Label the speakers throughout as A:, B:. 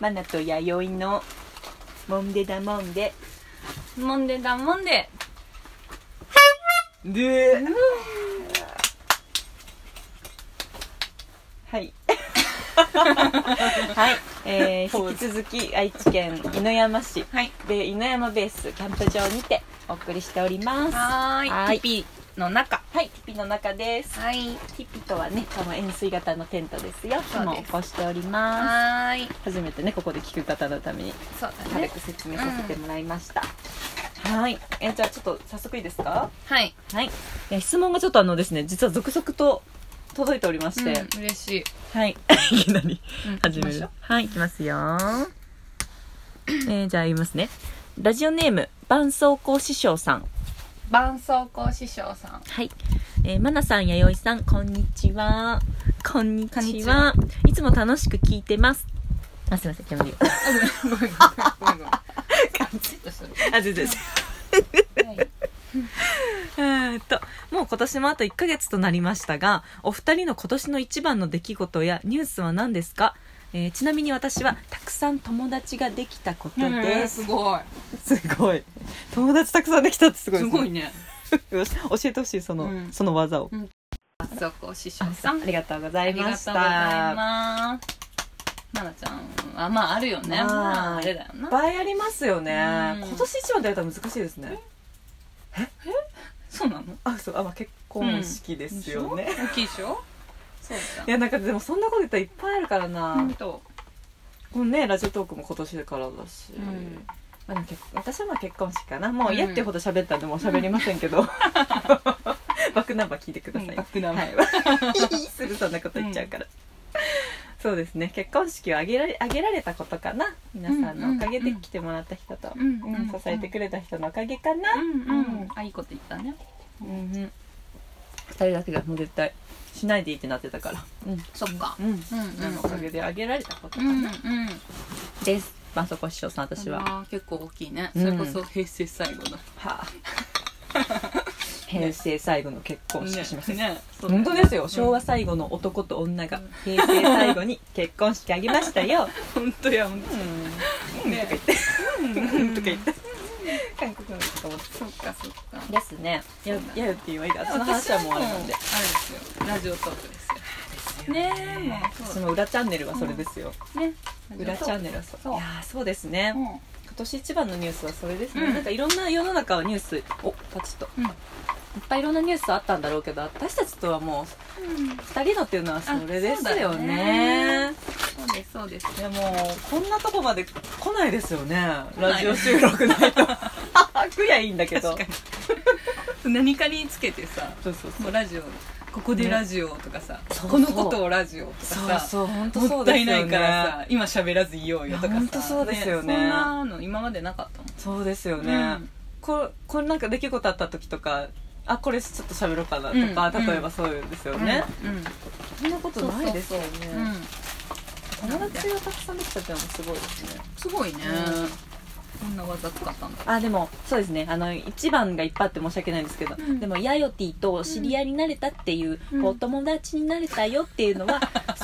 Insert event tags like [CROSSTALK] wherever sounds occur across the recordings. A: マナと弥生のもんでだもんで
B: もんでだもんで
A: ではい [LAUGHS] はい、えー、引き続き愛知県犬山市
B: はい
A: で犬山ベースキャンプ場にてお送りしております
B: はーい
A: はい
B: ティピの中
A: はいティピの中です
B: はい
A: ティピとはねこの円錐型のテントですよ
B: そうです
A: もう起こしております
B: はーい
A: 初めてねここで聞く方のために
B: そうだ
A: 軽
B: ね
A: く説明させてもらいました、はいえじゃあちょっと早速いいですか
B: はい
A: はいいや質問がちょっとあのですね実は続々と届いておりまして、
B: うん嬉しい
A: はい [LAUGHS] いきなり
B: うん
A: 始め
B: 行きましょ
A: る
B: う
A: はいいきますよえーじゃあ言いますねラジオネーム伴奏講師匠さん
B: 伴奏講師匠さ [LAUGHS] ん
A: はい。えー、まなさん、やよいさん、こんにちは。こんにちは。
B: こんにちはい
A: つも楽しく聞いてます。あ、すいません、煙を。
B: ごめんごめんごめんごめんどうする
A: あ、全然。
B: はい
A: えーっと、もう今年もあと1ヶ月となりましたが、お二人の今年の一番の出来事やニュースは何ですかえーちなみに私はたくさん友達ができたこと
B: へ
A: で
B: ー
A: す。
B: すごい
A: すごい。友達たくさんできたってすご
B: すごいね
A: よし教えてほしい、その、
B: うん
A: その技を。
B: 伴奏講師匠
A: あ
B: さん
A: ありがとうござ
B: あ
A: い
B: りがとう
A: ま
B: ご
A: した。
B: ざいますまなちゃんはまああるよね
A: まあ
B: まああれだよ
A: いっ
B: な
A: ぱいありますよね、
B: うん
A: 今年一番出会ったら難しいですね
B: そうなの
A: あそうあ、まあ、結婚式ですよね、
B: でしょ大きいでしょそう
A: い
B: じゃ
A: やなんかでもそんなこと言ったらいっぱいあるからな、
B: んと
A: このねラジオトークも今年からだし、
B: うん
A: まあ、でも結私はまあ結婚式かなもう嫌っていうほど喋ったんでもう喋りませんけど、 [LAUGHS] バックナンバー聞いてください、
B: うんバックナンバー
A: はい、 [LAUGHS] すぐそんなこと言っちゃうから、そうですね結婚式を挙げられ挙げられたことかな皆さんのおかげで来てもらった人と、
B: うんうんうん
A: 支えてくれた人のおかげかな、
B: うん
A: う
B: うんんあいいこと言ったね
A: うんうん、2人だけがもう絶対しないでいいってなってたから、うん
B: そっか
A: うん、
B: うん
A: みんなのおかげであげられたことか
B: うん
A: な、
B: うん
A: ですまそこ師匠さん私は、は
B: あー結構大きいね
A: うん
B: それこそ平成最後の
A: あ平成最後の結婚式しました、
B: ねそうだよ
A: 本
B: ね
A: 当ですよ昭和最後の男と女が平成最後に結婚式あげましたよ、
B: 本当や本
A: うんうん
B: ね
A: とか言って、 [LAUGHS] うんとか言って韓国の人と思って
B: 当そっかそっか
A: ですねややるって言えばいいからその話はもうあれなんで
B: 私はもうあれですよラジオトークですよねえもう
A: そ
B: そう
A: の裏チャンネルはそれですよ、
B: だね
A: 裏チャンネルはそう
B: そう
A: いやーそうですね、
B: うん
A: 今年一番のニュースはそれですね、
B: うん
A: なんかいろんな世の中はニュースおたちと、
B: うん
A: いっぱいいろんなニュースあったんだろうけど私たちとはもう2人のっていうのはそれです
B: あそう
A: よ
B: だ
A: ね
B: ねそうですそうです
A: いやもうこんなとこまで来ないですよね
B: ない
A: ラジオ収録ない
B: [LAUGHS]
A: とくやいいんだけど
B: 確かに [LAUGHS] 何かにつけてさ
A: そうそう
B: もうラジオここでラジオとかさ、
A: そうそう
B: このことをラジオとか
A: そう
B: さ
A: そう本当そ
B: も
A: う
B: った
A: で
B: い
A: す
B: ない
A: よ
B: から
A: ね
B: さ今喋らずいようよと
A: いや
B: かさ
A: ほんとそうですよね
B: そんなの今までなかったもん
A: そうですよね、
B: うん
A: ここれなんか出来事あった時とかあこれちょっと喋ろうかなとか、
B: うん
A: 例えばそうですよね、
B: うん、
A: そんなことないですよね
B: うんうん
A: 友達がたくさんできたっていうのもすごいですね
B: すごいね、
A: うん
B: こんな技使ったんだ
A: あでもそうですねあの一番がいっぱいあって申し訳ないんですけど、
B: うん
A: でもヤヨティと知り合いになれたっていう、
B: うん
A: お友達になれたよっていうの
B: [LAUGHS]
A: は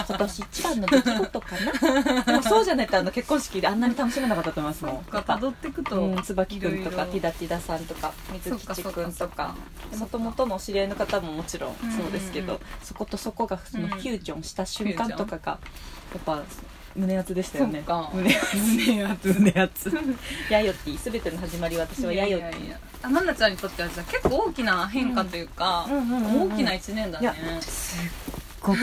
A: 今年一番の出来事かなでもそうじゃないとあの結婚式であんなに楽しめなかったと思いますもん
B: なんか辿ってくと、
A: うん、椿君とか
B: いろいろ
A: ティダティダさんとか水
B: そっか
A: 吉
B: そっ
A: 君
B: そ
A: と
B: っ
A: か
B: そ
A: も
B: っか
A: ともとのお知り合いの方ももちろん
B: うんうんうん
A: そうですけど、そことそこがその
B: うん
A: フュージョンした瞬間とかがやっぱ胸熱でしたよね
B: そっか
A: 胸熱胸熱胸熱ヤヨティ全ての始まり私はいヤ
B: やい
A: ヨテ
B: やいやあまなちゃんにとってはじゃあ結構大きな変化というか、
A: うんうんうんうん
B: 大きな1年だ
A: い
B: ね
A: やすっごく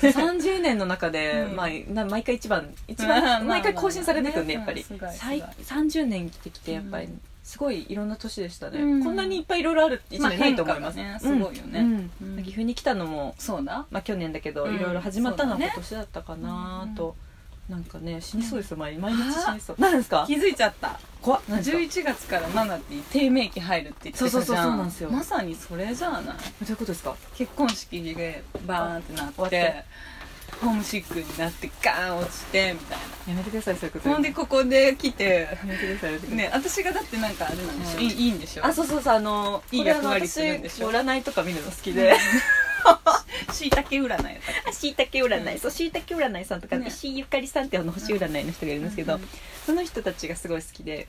A: 30年の中で、
B: うん
A: まあ、な毎回一番一
B: まあまあ
A: 番
B: まあ
A: 毎回更新されていくんでやっぱり
B: ねうんすごいすごい
A: 最30年生きてきてやっぱり、
B: うん
A: すごいいろんな年でしたね、
B: うん
A: こんなにいっぱいいろいろある一
B: まあ
A: 年ないと思います、
B: 変化がねすごいよね
A: うん
B: うん
A: 岐阜に来たのも、
B: そうだ
A: まあ、去年だけど、
B: うん
A: いろいろ始まったのは
B: そうだ
A: 今
B: ね
A: 年だったかな
B: うん
A: と、なんかね死にそうですよ毎毎日死にそうなんですか
B: 気づいちゃった
A: 怖っ何ですか
B: 11月からマナティー低迷期入るって言ってたじゃん
A: そうそうそうそうなんですよ
B: まさにそれじゃない
A: どういうことですか
B: 結婚式でバーンってな
A: 終わ
B: っ
A: ってて
B: ホームシックになってガーン落ちてみたい
A: やめてくださいそういうこと
B: なほんでここで来て
A: やめてくださいやめてください
B: ね私がだってなんかあれなんでしょ、
A: うん
B: いいいいんでしょ
A: あそうそうそうあの
B: いい役割するんでしょ
A: これあの私占いとか見るの好きで
B: しいたけ占いやったっけ
A: しいたけ占い、
B: うん
A: そうしいたけ占いさんとか、
B: ね
A: 石井ゆかりさんってあの星占いの人がいるんですけど、
B: うんうん
A: その人たちがすごい好きで。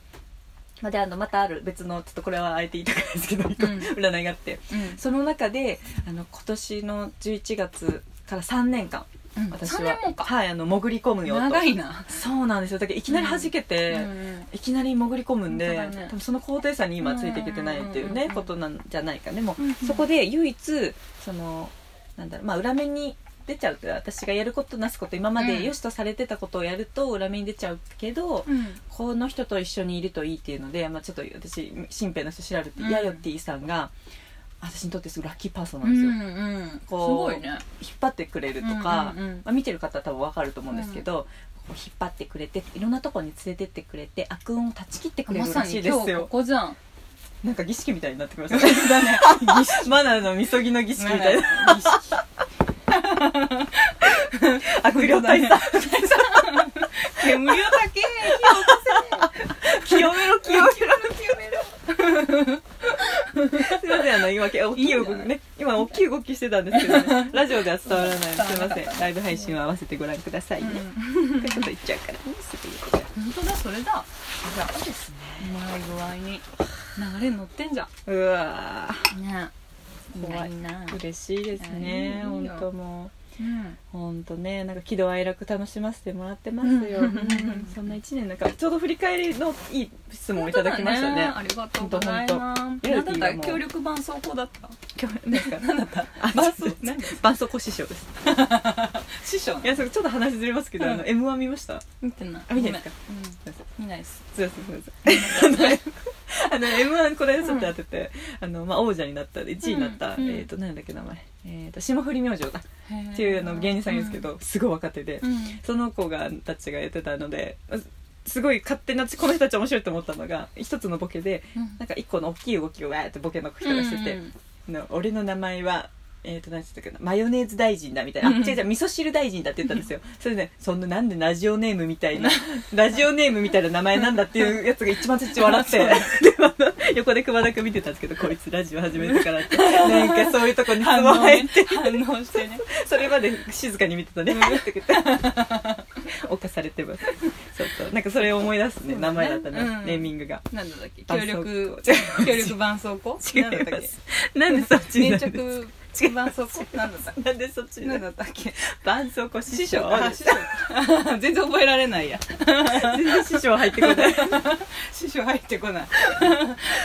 A: まあであのまたある別のちょっとこれはあえて言いたくないですけど、一個
B: う
A: [LAUGHS]
B: ん
A: 占いがあって
B: うん
A: その中であの今年の11月から3年間
B: うん
A: 私
B: そん
A: は
B: なもんか
A: はい、あの潜り込むよと
B: 長いな、
A: そうなんですよだけどいきなり弾けて、
B: うん
A: いきなり潜り込むんで、
B: 本当だね
A: 多分その高低差に今ついていけてないっていうね、
B: うんうんうんうん
A: ことなんじゃないかねもう、
B: うんうん
A: そこで唯一そのなんだろうまあ裏面に出ちゃうって私がやることなすこと今ま
B: う
A: で
B: ん
A: 良しとされてたことをやると裏面に出ちゃうけど、
B: うん
A: この人と一緒にいるといいっていうので、まあ、ちょっと私新兵の人調べて、
B: うん
A: ヤヨティさんが私にとってすごいラッキーパーソンな
B: うん
A: ですよ、
B: んうん、す
A: こう
B: ごいね
A: 引っ張ってくれるとか、
B: うんうんうん
A: まあ、見てる方は多分分かると思うんですけど、こう引っ張ってくれていろんなとこに連れてってくれて悪運を断ち切ってくれ
B: ま
A: る
B: さ
A: ら
B: に
A: しいで
B: 今日
A: す
B: こ
A: よ、
B: こじゃん
A: なんか儀式みたいになってきま
B: [LAUGHS]
A: したねだね儀式マナーのみそぎの儀式みたいな
B: なんだろ
A: 悪霊退散
B: [LAUGHS] う煙をたけ
A: 清めろ清めろ
B: 清めろ
A: [LAUGHS] すいませんあの今大きい動き
B: いいんじゃな
A: ね今大きい動きしてたんですけど [LAUGHS] ねラジオでは伝わらないすい
B: 伝わら
A: ま
B: なか
A: せ
B: っ
A: ん
B: た
A: ライブ配信は合わせてご覧くださいね、
B: うん
A: ちょっと言っちゃうからねすぐ言っちゃ
B: 本当だそれだじゃあ
A: うですね
B: うまい具合に流れに乗ってんじゃ
A: うわ
B: んね
A: 怖い
B: いな
A: ー嬉しいですね
B: あいい
A: 本
B: よ
A: 当もう
B: うん
A: 本当ねなんか喜怒哀楽楽しませてもらってますよ、
B: うんう
A: [LAUGHS]
B: ん
A: そんな一年なんかちょうど振り返りのいい質問をいただきましたね
B: ありがとうございます。
A: ほんとほんと
B: なんだっ
A: メロディーが
B: た
A: もう
B: 協力伴奏法だった。
A: 今日 [LAUGHS] なんか何だった
B: 伴
A: 伴
B: 奏
A: 奏
B: 何
A: 伴奏小師匠です
B: 師匠
A: いやそれちょっと話ずれますけど、あ
B: う
A: の
B: ん
A: M1 見ましたす
B: 見てない。
A: あ見てないですか
B: ごめん。
A: いません
B: うん見ないです。
A: すいませんすいませんあの M1 この間ちょっと当てて、あのまあ王者になった1位になった、
B: うん
A: えっ、と何だっけ名前えっ、と霜降り明星だっていうあの芸人さんいるんですけど、すごい若手で、
B: うん。
A: その子がたちがやってたのですごい勝手なこの人たち面白いと思ったのが一つのボケで
B: うん
A: なんか一個の大きい動きをわーってボケの人がしてて、
B: うん
A: の俺の名前は、えー、と何て言ったかなマヨネーズ大臣だみたいな、
B: うん
A: あ違う違う味噌汁大臣だって言ったんですよそれで、ね、そんななんでラジオネームみたいなラジオネームみたいな名前なんだっていうやつが一番最初
B: [LAUGHS]
A: 笑ってであの横でくまなく見てたんですけどこいつラジオ始めてから
B: [LAUGHS]
A: ってなんかそういうとこに
B: 反
A: 相撲
B: 応
A: 入
B: ね
A: って
B: 反応してね。
A: それまで静かに見てたね、って言って犯されてますそうそうなんかそれを思い出すね名前だったね、
B: そうだねうん
A: ネーミングが
B: なんだったっけ
A: 伴
B: 協
A: 奏
B: 力
A: 違う
B: 協力伴奏法
A: 違い
B: なんだったっ
A: ま
B: け
A: すなんでそっちにな
B: 粘
A: るんです
B: 着伴奏法なんだったっ
A: なんでそっち
B: け
A: に
B: な
A: なんる
B: だったっけ
A: 伴奏小師匠
B: あ師匠全然覚えられないや
A: [LAUGHS] 全然師匠入って [LAUGHS] こない
B: 師匠入ってこない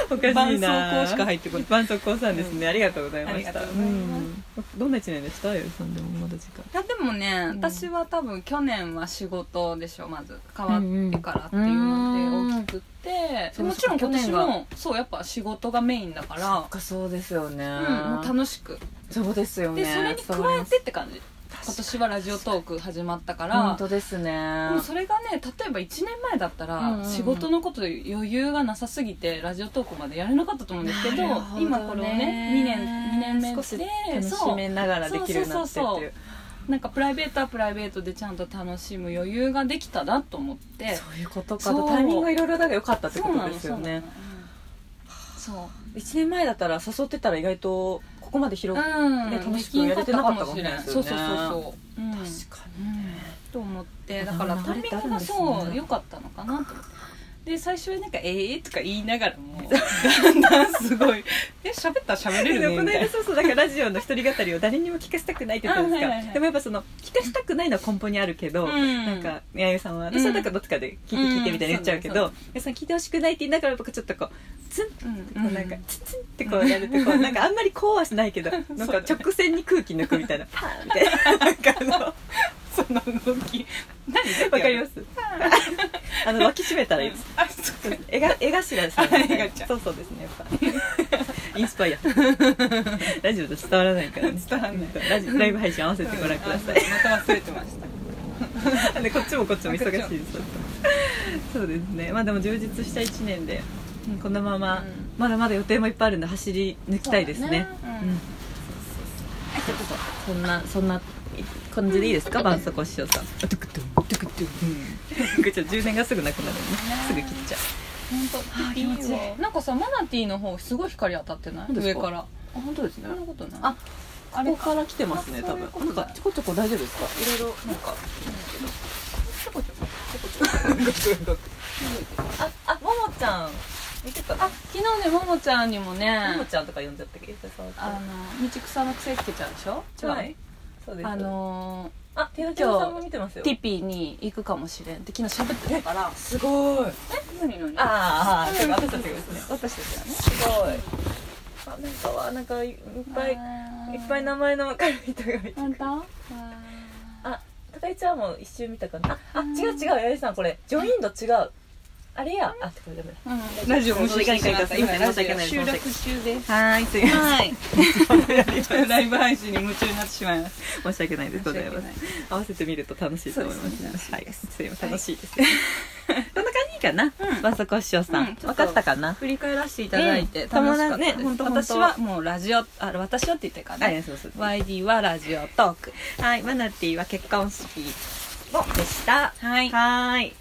A: おかしいな
B: 伴奏校しか入ってこない
A: 伴奏校さんですね、ありがとうございました
B: ありがとうございます
A: うんどんな一年でしたよりさんでもまだ時間
B: いやでもね、
A: うん
B: 私は多分去年は仕事でしょまず変わってからっていう
A: うんうん
B: ので大きくって、で
A: そう
B: もちろん
A: そう
B: 今
A: 去年
B: 年
A: が
B: もそうやっぱ仕事がメインだから
A: かそうですよね、
B: うん、もう楽しく
A: そうですよ
B: でそれに加えてって感じ今
A: 今
B: 年はラジオトーク始まったから
A: 本当ですね
B: でもそれがね例えば1年前だった
A: うんうん
B: ら
A: うん
B: 仕事のことで余裕がなさすぎてラジオトークまでやれなかったと思うんですけど
A: なるほどね
B: 今これをね2年二年目で
A: 少し楽しめながらできるようになってっていう
B: そうそうそうそうなんかプライベートはプライベートでちゃんと楽しむ余裕ができたなと思って
A: そういうことか
B: そう
A: タイミングがいろいろだが良かったって
B: そ
A: こ
B: うな
A: と
B: の
A: ですよね
B: そうなの
A: 1年前だったら誘ってたら意外とここまで広く、
B: うん
A: ね
B: そううん
A: 楽しくやれてなかったかもしれない
B: で
A: で
B: きん
A: すよ
B: かそ
A: ね
B: うそうそうそう、うん、
A: か
B: と思ってだ
A: まだ
B: からタ
A: 流れ
B: イミ
A: てあ
B: ン
A: るん
B: グ
A: で
B: が
A: すね
B: そう良かったのかなと思ってで最初はなんか「ええとか言いなが
A: [LAUGHS]
B: らもだんだんすごい「え喋ったら喋
A: で
B: れ
A: [LAUGHS]
B: る
A: も
B: ね」
A: この
B: みたい
A: 間
B: な。
A: そうそうだからラジオの一人語りを誰にも聞かせたくないって言ったんですか、
B: あはいはいはい
A: でもやっぱその聞かせたくないのは根本にあるけど、
B: うん
A: なんか宮ゆさんは私はなんかどっちかで聞いて聞いてみたいに言っちゃうけど、
B: う
A: 宮ゆさん聞いてほしくないって言いながら僕ちょっとこうツン
B: うん
A: こうなんかツンツンってこうやるとこうなんかあんまりこうはしないけど
B: [LAUGHS]
A: なんか直線に空気抜くみたいなパーンってなんか
B: その動き
A: あのわかりますあの脇締めたらいいです
B: あ [LAUGHS] そうか
A: [LAUGHS] 絵が絵頭ですよ
B: あ絵
A: ね
B: 頭
A: そうそうですねやっぱ [LAUGHS] インスパイアラジオで伝わらないからね
B: 伝わらない
A: ラジオライブ配信合わせてご覧ください
B: あそうまた忘れてました
A: でこっちもこっちも忙しいですそうですねまあでも充実した1年でうんこのまま、
B: うん
A: まだまだ予定もいっぱいあるんで走り抜きたいですね
B: そうだね
A: う
B: う
A: そ
B: んん
A: んなそんな感じでいいですか伴奏小師匠さんドゥクドゥンドゥクドゥンなんかちょっ [LAUGHS] と充電がすぐなくなるねすぐ切っちゃう
B: 本
A: あ
B: 当
A: ー気持ちいい
B: なんかさマナティーの方すごい光当たってない
A: 本当です
B: 上
A: か
B: から
A: あ本当ですね
B: そんなことない
A: あ
B: あれ
A: ここから来てますね
B: あ
A: 多
B: そういうこと
A: 分なんかちょこちょこ大丈夫ですか
B: いろいろなんかちょこちょこ
A: ああももちゃん見てた
B: あ昨日ねももちゃんにもね
A: ももちゃんとか呼んじゃったっけ
B: あの道草の癖つけちゃうでしょ違う、
A: はいそうです
B: あの
A: あティナちゃんさんも見てます
B: ー
A: よ
B: ティピーに行くかもしれんって昨日喋ってたから
A: すごい
B: え何何
A: ああ
B: うん
A: 私たちがですね
B: 私たちはね
A: すごいあなんかわなんかいっぱいいっ
B: い
A: ぱい名前の分かる人がいて
B: 本当あー
A: あ高井ちゃんも一周見たかなああ
B: うん
A: 違う違う八重さんこれジョインド違うあれやあこれダメだ
B: うんラジオ無視してしまった今ラジオ収録中です
A: はいすいま
B: はい [LAUGHS] ライブ配信に夢中になってしまいます
A: [LAUGHS] 申し訳ないですございます
B: 申し訳ない
A: 合わせてみると楽しいと思いま
B: そうですす
A: はいすいません楽
B: はい
A: しいですね [LAUGHS] こんな感じかな
B: うん
A: バスコッショさ
B: うん
A: ん
B: ちょ
A: 分
B: っと
A: かったかな
B: 振り返らせていただいて
A: うん
B: 楽しか
A: 友達
B: った、
A: ね
B: 本当
A: 本当
B: 私はもうラジオあ私はって言ってるから
A: はい
B: ね、
A: そうそうは
B: YD はラジオトーク
A: いマナティーは結婚式をでした
B: はい
A: はーい。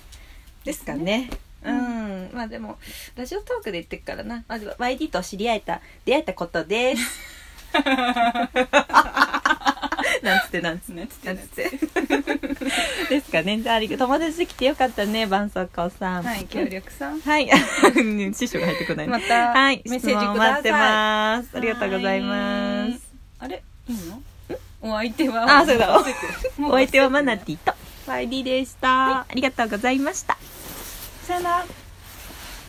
A: ですかね。う、
B: うん
A: まあでもラジオトークで言ってるからなまずは YD と知り合えた出会えたことですな
B: [LAUGHS]
A: んつってなんつって
B: ねつっ
A: なんつって [LAUGHS] ですかねじゃあありが友達できてよかったね絆創膏さん
B: はい協力さん
A: はい [LAUGHS] 師匠が入ってこない
B: また
A: はい
B: メッセー
A: 質
B: ジください
A: 問待ってますありがとうございます
B: あれいいのお相手は
A: あそうだ
B: もう
A: お相手はマナティと YD でした、ありがとうございましたさよなら